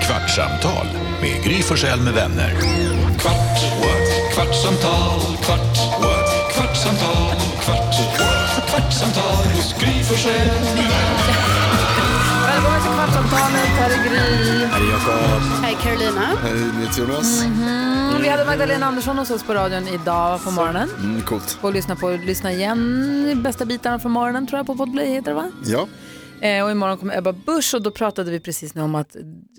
Kvartsamtal med Gry Forssell med vänner. Kvart, what? kvartsamtal, kvart, what? kvartsamtal, kvart, what? kvartsamtal, Gry Forssell med vänner. Välkommen till Kvartsamtalet, här är Gry. Hej Carolina. Hej, Jonas. Mm-hmm. Vi hade Magdalena Andersson hos oss på radion idag på morgonen. Mm, coolt. Och lyssna, på, lyssna igen, bästa bitarna från morgonen tror jag på Podplay heter det va? Ja, Eh, och imorgon kommer Ebba Busch och då pratade vi precis nu om att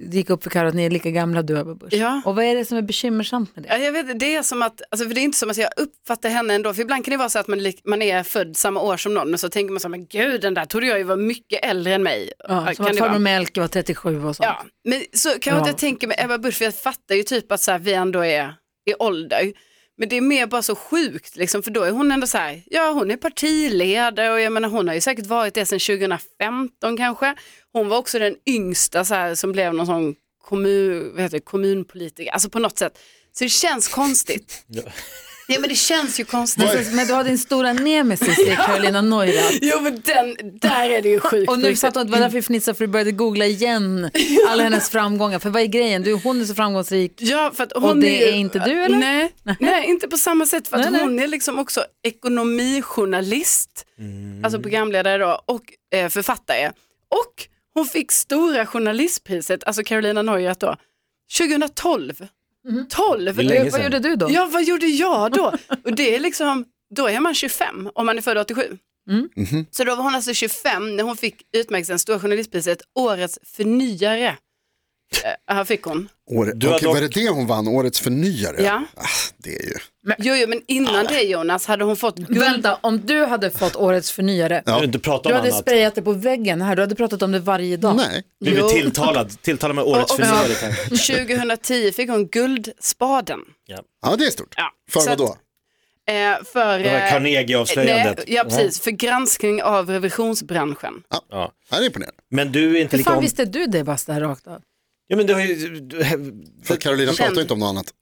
det gick upp för Karo att ni är lika gamla du och Ebba Busch. Ja. Och vad är det som är bekymmersamt med det? Ja, jag vet, det är som att, alltså, för det är inte som att jag uppfattar henne ändå, för ibland kan det vara så att man, lik- man är född samma år som någon och så tänker man så här, men gud den där trodde jag ju var mycket äldre än mig. Ja, som kan att det vara. farbror Melker var 37 och sånt. Ja, men så kan jag inte Ja. tänka med Ebba Busch, för jag fattar ju typ att så här, vi ändå är i ålder. Men det är mer bara så sjukt, liksom, för då är hon ändå så här, ja hon är partiledare och jag menar hon har ju säkert varit det sedan 2015 kanske. Hon var också den yngsta så här, som blev någon sån kommun, vad heter det, kommunpolitiker, alltså på något sätt. Så det känns konstigt. Ja. men det känns ju konstigt. Men, så, men du har din stora nemesis, det är Carolina Neurath. Jo men den, där är det ju sjukt. Och på nu riktigt. satt hon, det var därför vi fnissade för du började googla igen alla hennes framgångar. För vad är grejen? Du, hon är så framgångsrik. Ja, för att hon det ju- är inte du, eller? Nej, nej inte på samma sätt. För att Nej, nej. hon är liksom också ekonomijournalist, Mm. alltså programledare då, och eh, författare. Och hon fick stora journalistpriset, alltså Carolina Neurath då, 2012. Mm. 12! är länge Vad sedan. gjorde du då? Ja, vad gjorde jag då? Och det är liksom, då är man 25 om man är född 87. Mm. Mhm. Så då var hon alltså 25 när hon fick utmärkelsen Stora Journalistpriset, Årets förnyare. Eh, här fick hon. År... Du har Okej, dock- var det det hon vann? Årets förnyare? Ja. Ah, det är ju... Jo, jo, men innan det Jonas hade hon fått guld. Vänta, om du hade fått årets förnyare, Du vill inte prata du om hade annat. sprayat det på väggen här, du hade pratat om det varje dag. Nej. Blivit Jo. tilltalad. Tilltalad med årets Och- och- förnyare. tänk. 2010 fick hon Guldspaden. Ja, det är stort. Ja, För så vad då? att- Eh, för, Det här eh, nej, Carnegie-avslöjandet. ja, precis, för granskning av revisionsbranschen. Ja. Ja, det är imponerande. Men du är inte Hur lika fan om... visste du det Basta rakt av? Ja, men du har ju... du- För Carolina pratar ju inte om något annat.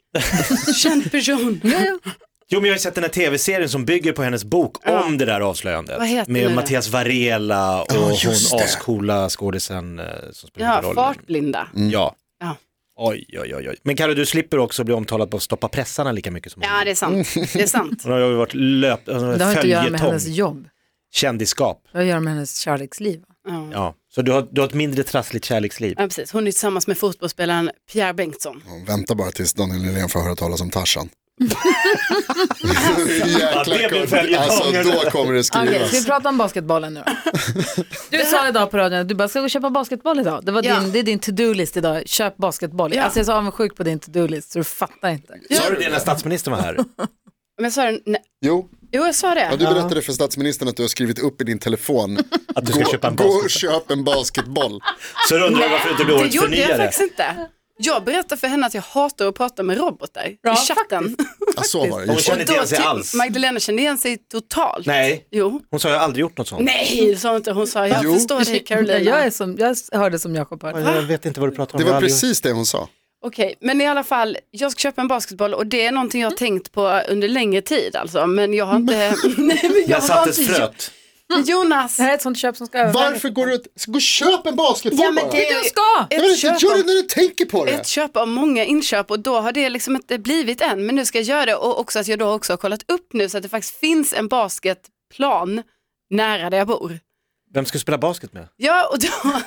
Känd person. Ja, ja. Jo, men jag har ju sett den här tv-serien som bygger på hennes bok om det där avslöjandet. Vad heter med den? Mattias Varela och just hon det. ascoola skådisen eh, som spelar Ja, rollen. fartblinda. Mm. Ja. Ja. Oj, oj, oj, oj. Men Karo, du slipper också bli omtalad på att stoppa pressarna lika mycket som hon. Ja, det är sant. Det är sant. Hon har ju varit löp... alltså, Det har inte att göra med följetong. hennes jobb, Kändisskap. det har att göra med hennes kärleksliv. Ja. Ja. Så du har, du har ett mindre trassligt kärleksliv. Ja, precis. Hon är tillsammans med fotbollsspelaren Pierre Bengtsson. Hon väntar bara tills Daniel Nylén får höra talas om Tarzan. Jäklar, det blir kom- följetong. alltså då kommer det Okej, skrivas. ska vi prata om basketbollen nu då? Du sa idag på radion att du bara, ska vi köpa basketboll idag? Det, var Ja. din, det är din to-do-list idag, köp basketboll. Ja. Alltså jag är så avundsjuk på din to-do-list så du fattar inte. Sa du det när statsministern var här? Men jag sa det, nej. Jo, Jo, jag sa ja, det. du berättade för statsministern att du har skrivit upp i din telefon. Att du ska köpa en Gå och basket. köp en basketboll. Så du undrar varför du inte blir Det årets gjorde jag förnyare? faktiskt inte. Jag berättade för henne att jag hatar att prata med robotar Ja, i chatten. Ja, så var det. Hon Just det. känner inte igen sig till- alls. Magdalena kände igen sig totalt. Nej. Jo. Hon sa jag har aldrig gjort något sånt. Nej, det sa hon inte. Hon sa, jag Jo. förstår dig Carolina. Typ Jag, är som, jag hörde som Jakob hörde. Jag vet inte vad du pratar om. Det Jag har var aldrig- precis det hon sa. Okej, men i alla fall, jag ska köpa en basketboll och det är någonting jag har tänkt på under längre tid alltså. Men jag har inte... Nej, men jag Jag har satte ett inte- fröt. Men Jonas, Det här är ett sånt köp som ska övervägas. Varför går du att... Gå och köp en basketboll Ja, men bara. det- Du ska! Ja, men ett köp, Gör det av, när du tänker på det. ett köp av många inköp och då har det liksom inte blivit än. Men nu ska jag göra det och också att jag då också har kollat upp nu så att det faktiskt finns en basketplan nära där jag bor. Vem ska du spela basket med? Ja, och då har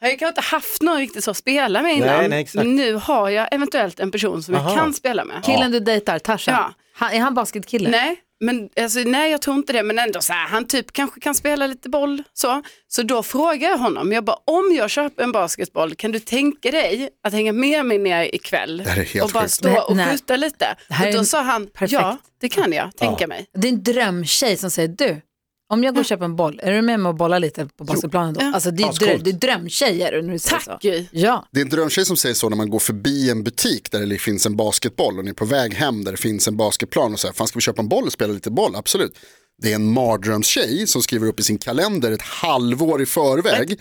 jag kanske inte haft någon riktigt så att spela med innan. Nej, nej, exakt. Men nu har jag eventuellt en person som jag Aha. kan spela med. Killen du dejtar, Tarzan, Ja. han, är han basketkille? Nej, men, alltså, nej, jag tror inte det, men ändå så här, han typ kanske kan spela lite boll. Så, så då frågar jag honom, jag bara, om jag köper en basketboll, kan du tänka dig att hänga med mig ner ikväll här är helt och bara sjukt. stå Nej, och nej. skjuta lite? här Och är då en- sa han, perfekt. ja, det kan jag tänka mig. Det är en drömtjej som säger du, om jag går och köper en boll, är du med mig och bollar lite på basketplanen då? Ja. Alltså det är, drö- Ascoolt. det är drömtjejer när du säger så. Tack Gry. Ja, Det är en drömtjej som säger så när man går förbi en butik där det finns en basketboll och ni är på väg hem där det finns en basketplan och säger fan ska vi köpa en boll och spela lite boll, absolut. Det är en mardrömstjej som skriver upp i sin kalender ett halvår i förväg.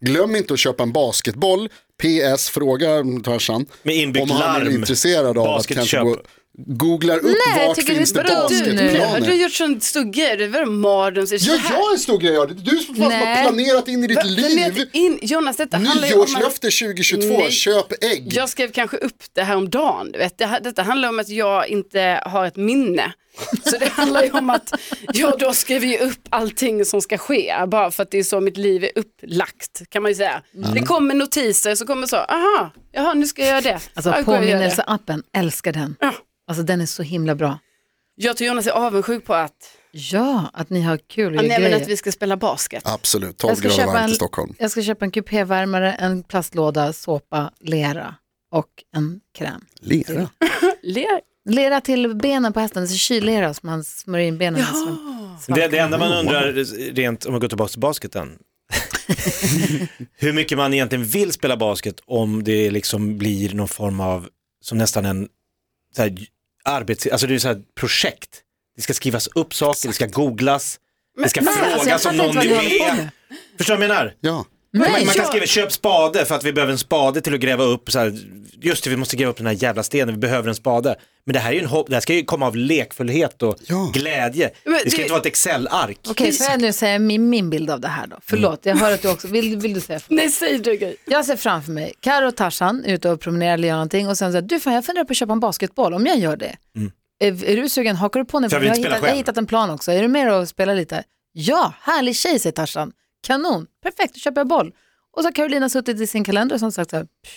Glöm inte att köpa en basketboll. PS, fråga Tarzan Med inbyggt om han är larm. intresserad av att Basketköp. kanske gå googlar upp Nej, vart tycker du- finns det vadå du nu? Du Planer. har basketplaner. gjort sån stor grej, det var mardröms. Ja, jag är en stor grej. Det är du som fan som har Nej. planerat in i ditt liv. In, Jonas, detta handlar ju om att Nyårslöfte 2022, Nej. köp ägg. jag skrev kanske upp det här om dagen. Du vet. Det, detta handlar om att jag inte har ett minne. Så det handlar ju om att jag då skriver ju upp allting som ska ske. Bara för att det är så mitt liv är upplagt kan man ju säga. Mm. Det kommer notiser så kommer så, aha, jaha nu ska jag göra det. Alltså Ja, går jag och gör det. påminnelseappen, älskar den. Alltså den är så himla bra. Jag tror Jonas är avundsjuk på att, Ja, att ni har kul och nej, gör men grejer. att vi ska spela basket. Absolut, Jag 12 ska, grader köpa varmt en, i Stockholm. jag ska köpa en kupévärmare, en plastlåda, såpa, lera och en kräm. Lera. Le- Lera till benen på hästen, alltså kyllera som man smörjer in benen med. som- Det, det enda man undrar, rent om man går tillbaka till basketen, hur mycket man egentligen vill spela basket om det liksom blir någon form av, som nästan en så här, arbets, alltså det är så här projekt. Det ska skrivas upp saker, det ska googlas, det ska Nej, alltså, jag frågas om fattar någon inte vad du håller på är med. med. Förstår du vad jag menar? Ja. Man, Nej, man kan jag- skriva köp spade för att vi behöver en spade till att gräva upp, så här, just det vi måste gräva upp den här jävla stenen, vi behöver en spade. Men det här, är ju en hopp, det här ska ju komma av lekfullhet och Ja. glädje. Men det det- ska inte vara ett Excel-ark. Okej, får jag nu säga min, min bild av det här då? Förlåt, jag hör att du också, vill, vill du säga? Nej, säg du Gry. Jag ser framför mig Karo och Tarzan ute och promenerar eller gör någonting och sen så här, du fan jag funderar på att köpa en basketboll, om jag gör det, är, är du sugen, hakar du på den? För jag vill har, Mm. inte spela hittat, jag har själv. hittat en plan också, är du med och spelar lite? Ja, härlig tjej säger Tarzan, kanon, perfekt, då köper jag boll. Och så har Carolina suttit i sin kalender och som sagt så här, "Pff,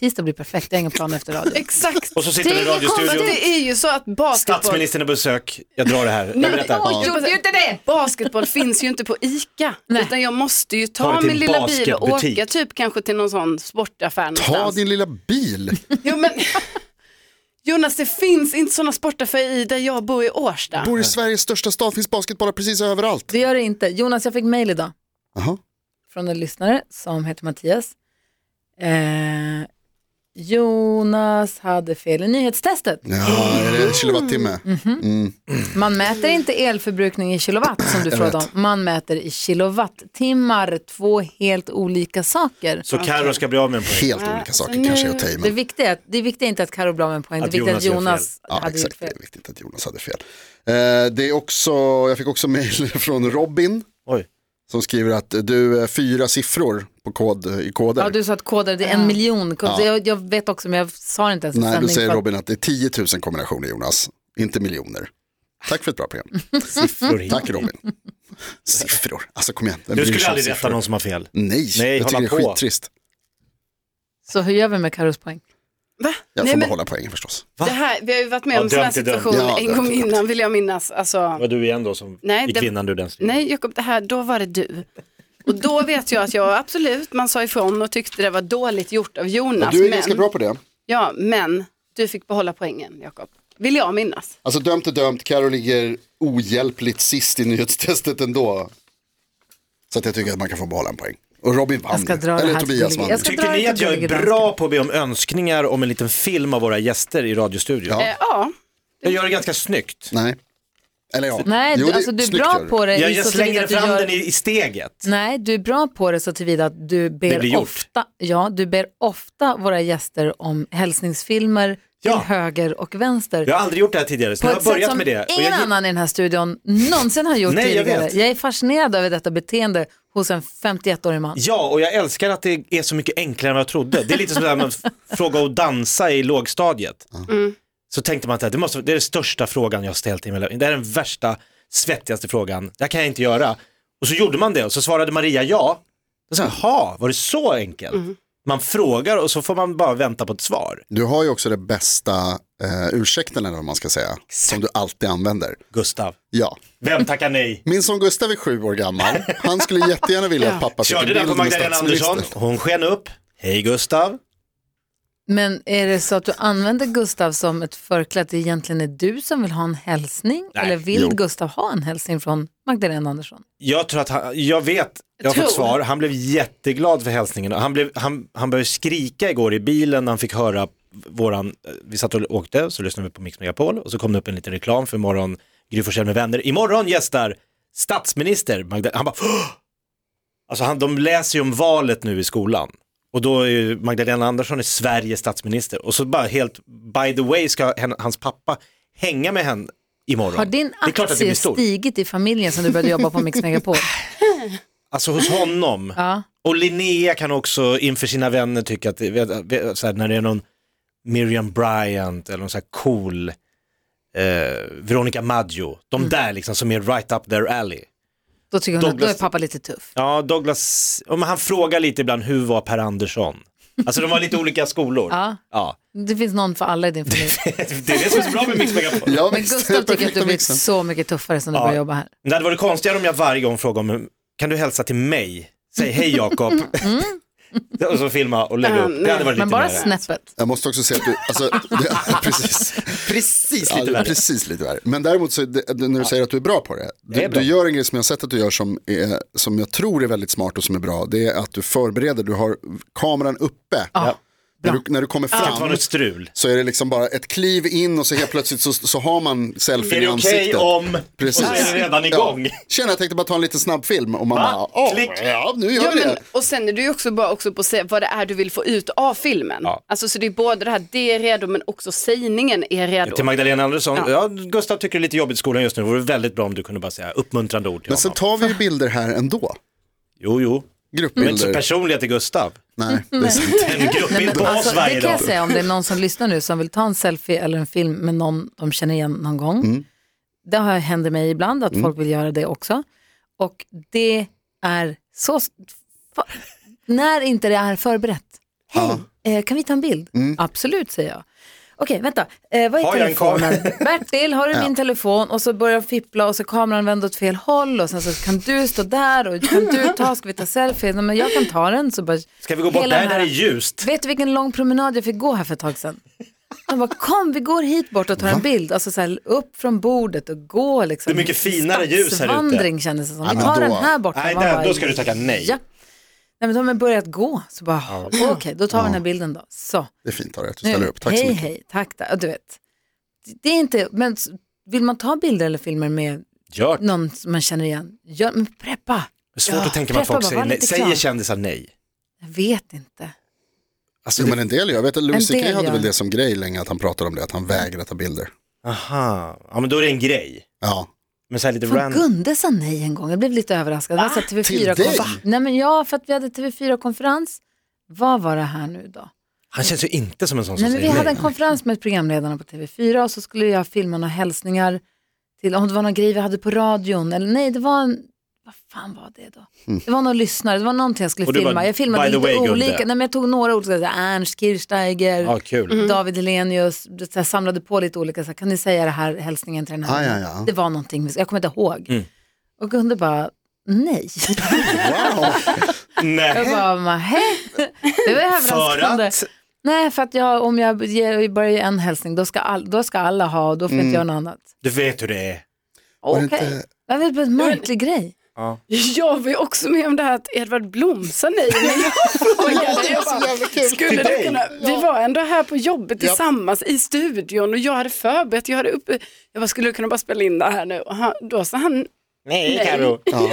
tisdag blir perfekt, jag har ingen plan efter radio. Exakt. Och så sitter Det du är inget i Men radiostudion, konstigt. det är ju så att basketboll, statsministern är på besök, jag drar det här. Jag berättar. Oj, gjorde ju inte det! basketboll finns ju inte på ICA. Nej. Utan jag måste ju Ta det ta till min en lilla bil och basketbutik. åka typ kanske till någon sån Ta sportaffär någonstans. din lilla bil. Jo, men... Jonas, det finns inte sådana sportaffärer i där jag bor i Årsta. Bor i Sveriges största stad, finns basketbollar precis överallt. Det gör det inte. Jonas, jag fick mail idag. Jaha. från en lyssnare som heter Mattias. Eh, Jonas hade fel i nyhetstestet. Ja, är det en kilowattimme? Mm. Man mäter inte elförbrukning i kilowatt som du frågade om. Man mäter i kilowattimmar, två helt olika saker. Så Carro ska bli av med en poäng. Helt olika saker kanske är att ta i, Det men viktiga är, att- det viktiga är inte att Carro blev av en poäng, det Att viktiga är att Jonas gör Jonas ja, hade gjort exakt. Det fel. är viktigt att Jonas hade fel. Eh, Det är också, jag fick också mejl från Robin Oj. som skriver att du är fyra siffror på kod, i koder. Ja, du sa att koder, det är en miljon koder. Jag, jag vet också, men jag sa det inte ens i Nej, då sändning säger för att- Robin att det är 10 000 kombinationer Jonas, inte miljoner. Tack för ett bra program. Siffror hit. Tack Robin. Siffror, alltså kom igen. Vem Du bryr sig skulle om aldrig rätta siffror? någon som har fel. Nej, Nej, jag tycker det hålla är på. skittrist. Så hur gör vi med Carros poäng? Va? Jag Nej, får men behålla poängen förstås. Va? det här, vi har ju varit med Ja, om sådana här dömt är dömt. situationer Ja, en dömt gång är dömt. innan vill jag minnas. Alltså, Det var du igen då som Nej, i det- kvinnan du den striden. nej Jakob, det här, då var det du. Och då vet jag att jag absolut, man sa ifrån och tyckte det var dåligt gjort av Jonas. Du är men, ganska bra på det. Ja, men du fick behålla poängen Jakob. Vill jag minnas. Alltså dömt är dömt, Carro ligger ohjälpligt sist i nyhetstestet ändå. Så att jag tycker att man kan få behålla en poäng. Och Robin vann. Jag ska dra det Eller här Tobias till- vann. jag ska- Tycker dra ni lite att jag är gullig bra danska. på att be om önskningar om en liten film av våra gäster i radiostudion? Ja. Eh, ja. Jag gör det ganska snyggt. Nej. Eller ja. Nej, Jo, du, det alltså, du är snyggt gör bra du. på det. Jag, i jag så tillvida slänger att du fram gör- den i, i steget. Nej, du är bra på det så tillvida att du blir ber, gjort. ofta, ja, du ber ofta våra gäster om hälsningsfilmer Ja. till höger och vänster. Jag har aldrig gjort det här tidigare, så På nu har jag ett sätt börjat som med det. Och ingen jag, annan i den här studion någonsin har gjort Nej, jag tidigare. vet. Jag, är fascinerad över detta beteende hos en 51-årig man. Ja, och jag älskar att det är så mycket enklare än vad jag trodde. Det är lite som det här med att fråga och dansa i lågstadiet. Så tänkte man att det, måste, det är den största frågan jag har ställt i hela Det här är den värsta, svettigaste frågan. Det här kan jag inte göra. Och så gjorde man det och så svarade Maria ja. Då sa jag, jaha, var det så enkelt? Man frågar och så får man bara vänta på ett svar. Du har ju också det bästa eh, ursäkten eller vad man ska säga. Som du alltid använder. Gustav, Ja. vem tackar nej? Min son Gustav är sju år gammal. Han skulle jättegärna vilja att pappa fick en Körde den på bild med Magdalena Andersson, statsminister. hon sken upp. Hej Gustav. Men är det så att du använder Gustav som ett förkläde att det egentligen är du som vill ha en hälsning? Nej, Eller vill jo. Gustav ha en hälsning från Magdalena Andersson? Jag tror att han, jag vet, jag har fått Tror. svar, han blev jätteglad för hälsningen. Han, blev, han, han började skrika igår i bilen när han fick höra våran, eh, vi satt och åkte, så lyssnade vi på Mix Megapol och så kom det upp en liten reklam för imorgon, Gry Forssell med vänner. Imorgon gästar statsminister Magdalena, han bara, "Åh!" alltså han, de läser ju om valet nu i skolan. Och då är ju Magdalena Andersson är Sveriges statsminister. Och så bara helt, by the way, ska hen- hans pappa hänga med henne imorgon. Har din det är klart att det aktie blir stort. stigit i familjen sen du började jobba på Mix Megapol? Alltså hos honom. Ja. Och Linnea kan också inför sina vänner tycka att, det- vet- vet- så här, när det är någon Miriam Bryant eller någon så här cool eh, Veronica Maggio, de Mm. där liksom som är right up their alley. Då tycker hon att då är Douglas- pappa lite tuff. Ja, Douglas, ja, men han frågar lite ibland, hur var Per Andersson? Alltså de har lite olika skolor. Ja. ja. Det finns någon för alla i din familj. Det är det som är så bra med Mix Megapol. Ja, Men visst, Gustav tycker att perfekta du blivit mixen. så mycket tuffare sen du började jobba här. Det hade varit konstigare om jag varje gång frågade om, kan du hälsa till mig? Säg hej Jakob. och så filma och lägga upp. Det hade varit Mm. Men lite bara närmare. snäppet. Jag måste också säga att du, alltså, det, precis. Precis Ja, lite det är värre. precis lite värre. Men däremot så, är det, det- när du säger att du är bra på det, Jag du, är bra. du gör en grej som jag har sett att du gör som, är, som jag tror är väldigt smart och som är bra, det är att du förbereder, du har kameran uppe. När, du, när du kommer Det kan fram vara något strul. så är det liksom bara ett kliv in och så helt plötsligt så, så har man selfien Är i det okej ansiktet. om... Precis. Och så är det redan igång. Ja. Tjena, jag tänkte bara ta en liten snabbfilm och man Va? bara, åh, Klick. ja, nu gör Ja, vi men, det. och sen är du ju också bra också på att se vad det är du vill få ut av filmen. Ja. Alltså så det är både det här, det är redo men också sägningen är redo. Till Magdalena Andersson, ja. Ja. Gustav tycker det är lite jobbigt i skolan just nu, det vore väldigt bra om du kunde bara säga uppmuntrande ord till Men sen honom. tar vi ju bilder här ändå. Jo, jo. Men inte så Gruppbilder. personliga till Gustav. Nej, det är sant. En gruppbild på oss Alltså, det varje kan dag. jag säga om det är någon som lyssnar nu som vill ta en selfie eller en film med någon de känner igen någon gång. Mm. Det har händer mig ibland att folk vill göra det också. Och det är så... fa- När inte det är förberett. Hej, eh, kan vi ta en bild? Absolut, säger jag. Okej, vänta. Eh, vad är Mm. Har jag en kamera? telefonen? Bertil, har du min telefon? Och så börjar de fippla och så kameran vänder åt fel håll och sen så kan du stå där och kan du ta, ska vi ta selfie? Nej, men jag kan ta den. Så bara, Ska vi gå bort Hela där, den där här- är ljust? Vet du vilken lång promenad jag fick gå här för ett tag sedan? Han bara, kom vi går hit bort och tar en bild. Alltså så här, upp från bordet och gå liksom. Det är mycket finare ljus här ute. Vandring kändes det som. Vi men tar då- den här borta. Nej, Man där, bara, då ska du tacka nej. Ja. Nej men de har börjat gå. Så bara, okej då tar vi den här bilden då. Så, Det är fint av dig att du nu. ställer upp. Tack så hej mycket. hej, tack. Där. Ja, Du vet, det är inte, men s- vill man ta bilder eller filmer med Gör det. någon som man känner igen, gör, men preppa. Det är Svårt Ja, att tänka mig att preppa folk bara, säger var nej. lite Säger klar. kändisar nej? Jag vet inte. Alltså, Jo, men en del gör. Jag vet att Louis En del CK hade gör. väl det som grej länge att han pratade om det, att han vägrade ta bilder. Aha, ja men då är det en grej. Ja, Men så här lite Från random. Gunde sa nej en gång, jag blev lite överraskad. Ah, TV4 Till dig? konfer- Nej men ja, för att vi hade TV4-konferens. Vad var det här nu då? Han känns ju inte som en sån som Nej, men vi säger hade en nej. konferens med programledarna på TV4 och så skulle jag filma några hälsningar till, om det var någon grej vi hade på radion, eller nej det var en, vad fan var det då? Det var någon lyssnare, det var någonting jag skulle Mm. Och du filma. bara, jag filmade by the lite way, Gunde. olika, nej men jag tog några olika, så här, Ernst Kirchsteiger, Ja, kul. David Hellenius, det- så här, samlade på lite olika, så här, kan ni säga det här hälsningen till den här? Ah, ja, ja. Det var någonting, jag kommer inte ihåg. Och Gunde bara, nej. wow. jag Nej. bara, "Va, hä? Det var För överraskande. att, Nej, för att jag, om jag ger, börjar ge en hälsning, då ska, all, då ska alla ha och då får inte jag något annat. du vet hur det är. Okej. inte- Det var en märklig grej. Jag var ju också med om det här att Edvard Blom sa nej när jag frågade. Jag bara, skulle du kunna... Vi var ändå här på jobbet tillsammans i studion och jag hade förberett, jag hade uppe... Jag bara, skulle du kunna bara spela in det här nu? Och han, då sa han, Nej, Karo. Ja.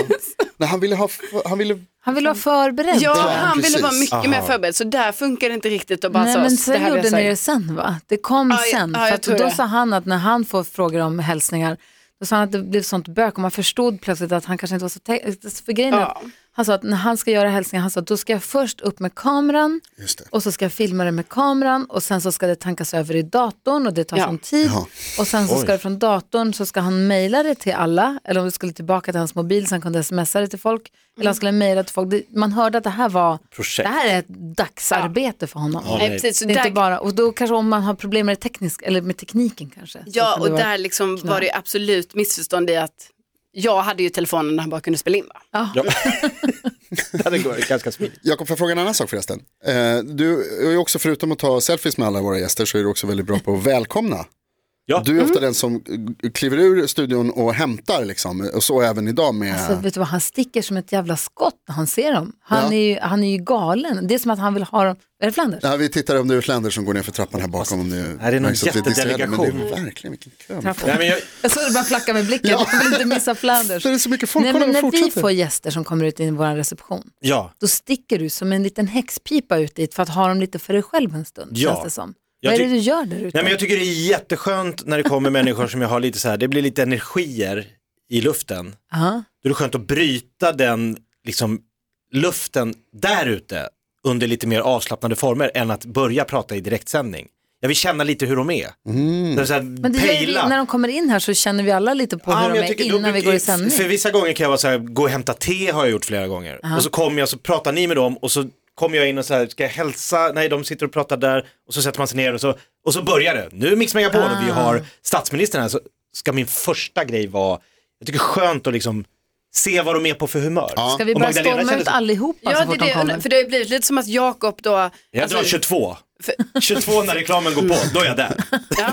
Nej, han ville ha, han ville, Han ville vara förberedd. ja han precis. ville vara mycket Aha. mer förberedd så där funkar det inte riktigt att bara Nej, så, men det sen här vill gjorde jag ni säga. det sen va? Det kom Ja, ja, sen. ja, för jag att tror då det. sa han att när han får frågor om hälsningar, då sa han att det blev sånt bök och man förstod plötsligt att han kanske inte var så... Te- för grejen är att Ja. han sa att när han ska göra hälsningar, han sa att då ska jag först upp med kameran just det. och så ska jag filma det med kameran och sen så ska det tankas över i datorn och det tar Ja. sån tid. Jaha. Och sen så ska det från datorn så ska han mejla det till alla, eller om det skulle tillbaka till hans mobil så han kunde smsa det till folk, eller Mm. han skulle mejla till folk. Det, man hörde att det här var, Projekt. det här är ett dagsarbete för honom. Ja, Nej, nej. precis, så Det är där, inte bara, och då kanske om man har problem med, det tekniska, eller med tekniken kanske. så ja, kan det och vara- där liksom var det ju absolut missförstånd i att jag hade ju telefonen när han bara kunde spela in. Va? Ja, det går ganska smidigt. Jakob, får jag fråga en annan sak förresten? Eh, du är ju också, förutom att ta selfies med alla våra gäster, så är du också väldigt bra på att välkomna Ja. Mm. Du är ofta den som eh, kliver ur studion och hämtar liksom. Och så även idag med... Alltså, vet du vad, han sticker som ett jävla skott när han ser dem. Han, Ja. är, ju, han är ju galen. Det är som att han vill ha dem. Är det Flanders? Ja, vi tittar om det är Flanders som går ner för trappan här bakom. Om det Är det någon märks att vi är distraherade, Men det är jättedelegation? verkligen vilken kö. Trappan. Nej, men jag, Jag såg det bara flacka med blicken. Ja. Jag vill inte missa Flanders. Det är så mycket folk, Nej, kolla men de när vi fortsätter. får gäster som kommer ut i vår reception, ja. då sticker du som en liten häxpipa ut dit för att ha dem lite för dig själv en stund, Ja. känns det som. Jag Vad är det ty- du gör där ute? Nej, men jag tycker det är jätteskönt när det kommer människor som jag har lite så här, det blir lite energier i luften. Ja. Då är det skönt att bryta den liksom, luften där ute under lite mer avslappnade former än att börja prata i direktsändning. Jag vill känna lite hur de är. Mm. Så här, Men det gör ju vi, pejla. när de kommer in här så känner vi alla lite på Ja, hur men de jag är tycker då innan vi brukar- går i sändning. För vissa gånger kan jag vara så här, gå och hämta te har jag gjort flera gånger. Och så kommer jag så pratar ni med dem och så kommer jag in och så här, ska jag hälsa? Nej, de sitter och pratar där och så sätter man sig ner och så, och så börjar det. Nu är Mix Megapol och Ah. vi har statsministern här så ska min första grej vara, jag tycker det är skönt att liksom se vad de är på för humör. Ska vi Och bara Magdalena storma kände ut så- allihopa så Ja, fort det, de är kommer? det, för det har ju blivit lite som att Jakob då... Jag alltså, drar 22. för, 22 när reklamen går på, Mm. då är jag där. ja.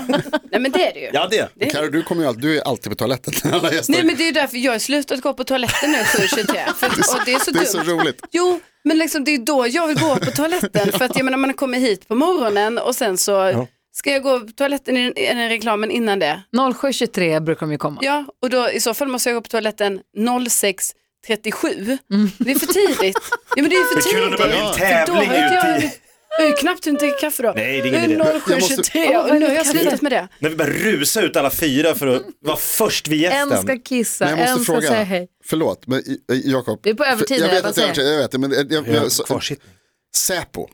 Nej men det är det ju. Ja, det. Karo, du, kommer ju alltid, du är alltid på toaletten när alla gäster. Nej men det är ju därför jag har slutat gå på toaletten nu 7.23. För, och det är så det är dumt. så roligt. Jo, men liksom, det är ju då jag vill gå på toaletten. För att jag menar man kommer hit på morgonen och sen så ska jag gå på toaletten i, i den reklamen innan det. 07.23 brukar de ju komma. Ja, och då i så fall måste jag gå på toaletten 06.37. Mm. Det är för tidigt. Ja men det är för Det är kul om det tidigt. börjar bli en För då har tävling inte jag, ute i... jag har ju knappt hunnit dricka kaffe då. Nej, det är ingen idé. Jag måste- 07.23 Åh, vad och nu är har jag kaffe? slutat med det. När vi bara rusar ut alla fyra för att vara först vid gästen. En ska kissa, Men jag en måste ska säga hej. fråga, förlåt, men i- i- Jakob. Vi är på övertid För- nu, Jag vet vad att jag är säger övertid, jag vet det, men jag, jag, jag, Ja, Kvarsittning. Säpo.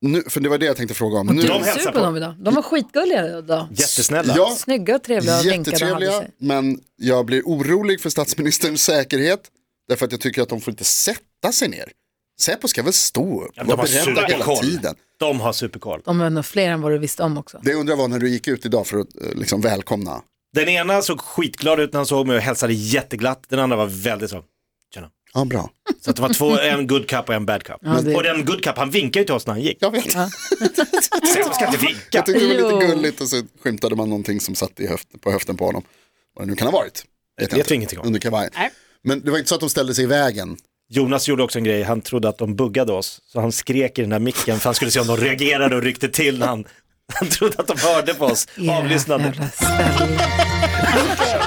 Nu, för det var det jag tänkte fråga om. Du Nu, de är hälsar sur på på. dem idag. De var skitgulliga idag. Jättesnälla. Ja. Snygga och trevliga och vinkade och hade jättetrevliga, sig. men jag blir orolig för statsministerns säkerhet. Därför att jag tycker att de får inte sätta sig ner. Säpo ska väl stå upp, Ja, och vara de har beredda hela superkoll. tiden. De har superkoll. De var nog fler än vad du visste om också. Det jag undrar var när du gick ut idag för att eh, liksom, välkomna. Den ena såg skitglad ut när han såg mig och hälsade jätteglatt. Den andra var väldigt så. Tjena. Ja, bra. Så att det var två, en good cup och en bad cup. Ja, det- Och den good cup, han vinkade ju till oss när han gick. Jag vet. Sen ska inte vinka. Jag tyckte det var lite Jo. gulligt och så skymtade man någonting som satt i höft, på höften på honom. Vad det nu kan ha varit. Det vet vi ingenting om. Under kavajen. Nej. Men det var inte så att de ställde sig i vägen. Jonas gjorde också en grej, han trodde att de buggade oss. Så han skrek i den där micken för han skulle se om de reagerade och ryckte till när han, han trodde att de hörde på oss. Era Avlyssnade. jävla spel.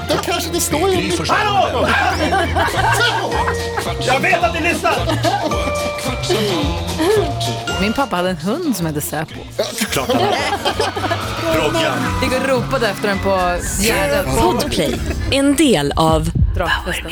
Då kanske det står ju Gry en Forssell med vänner. Jag vet att ni lyssnar! Min pappa hade en hund som hette Säpo. Klart han hade. Roggan. Vi går och ropade efter den på Gärdet. Podplay, en del av Drakfesten.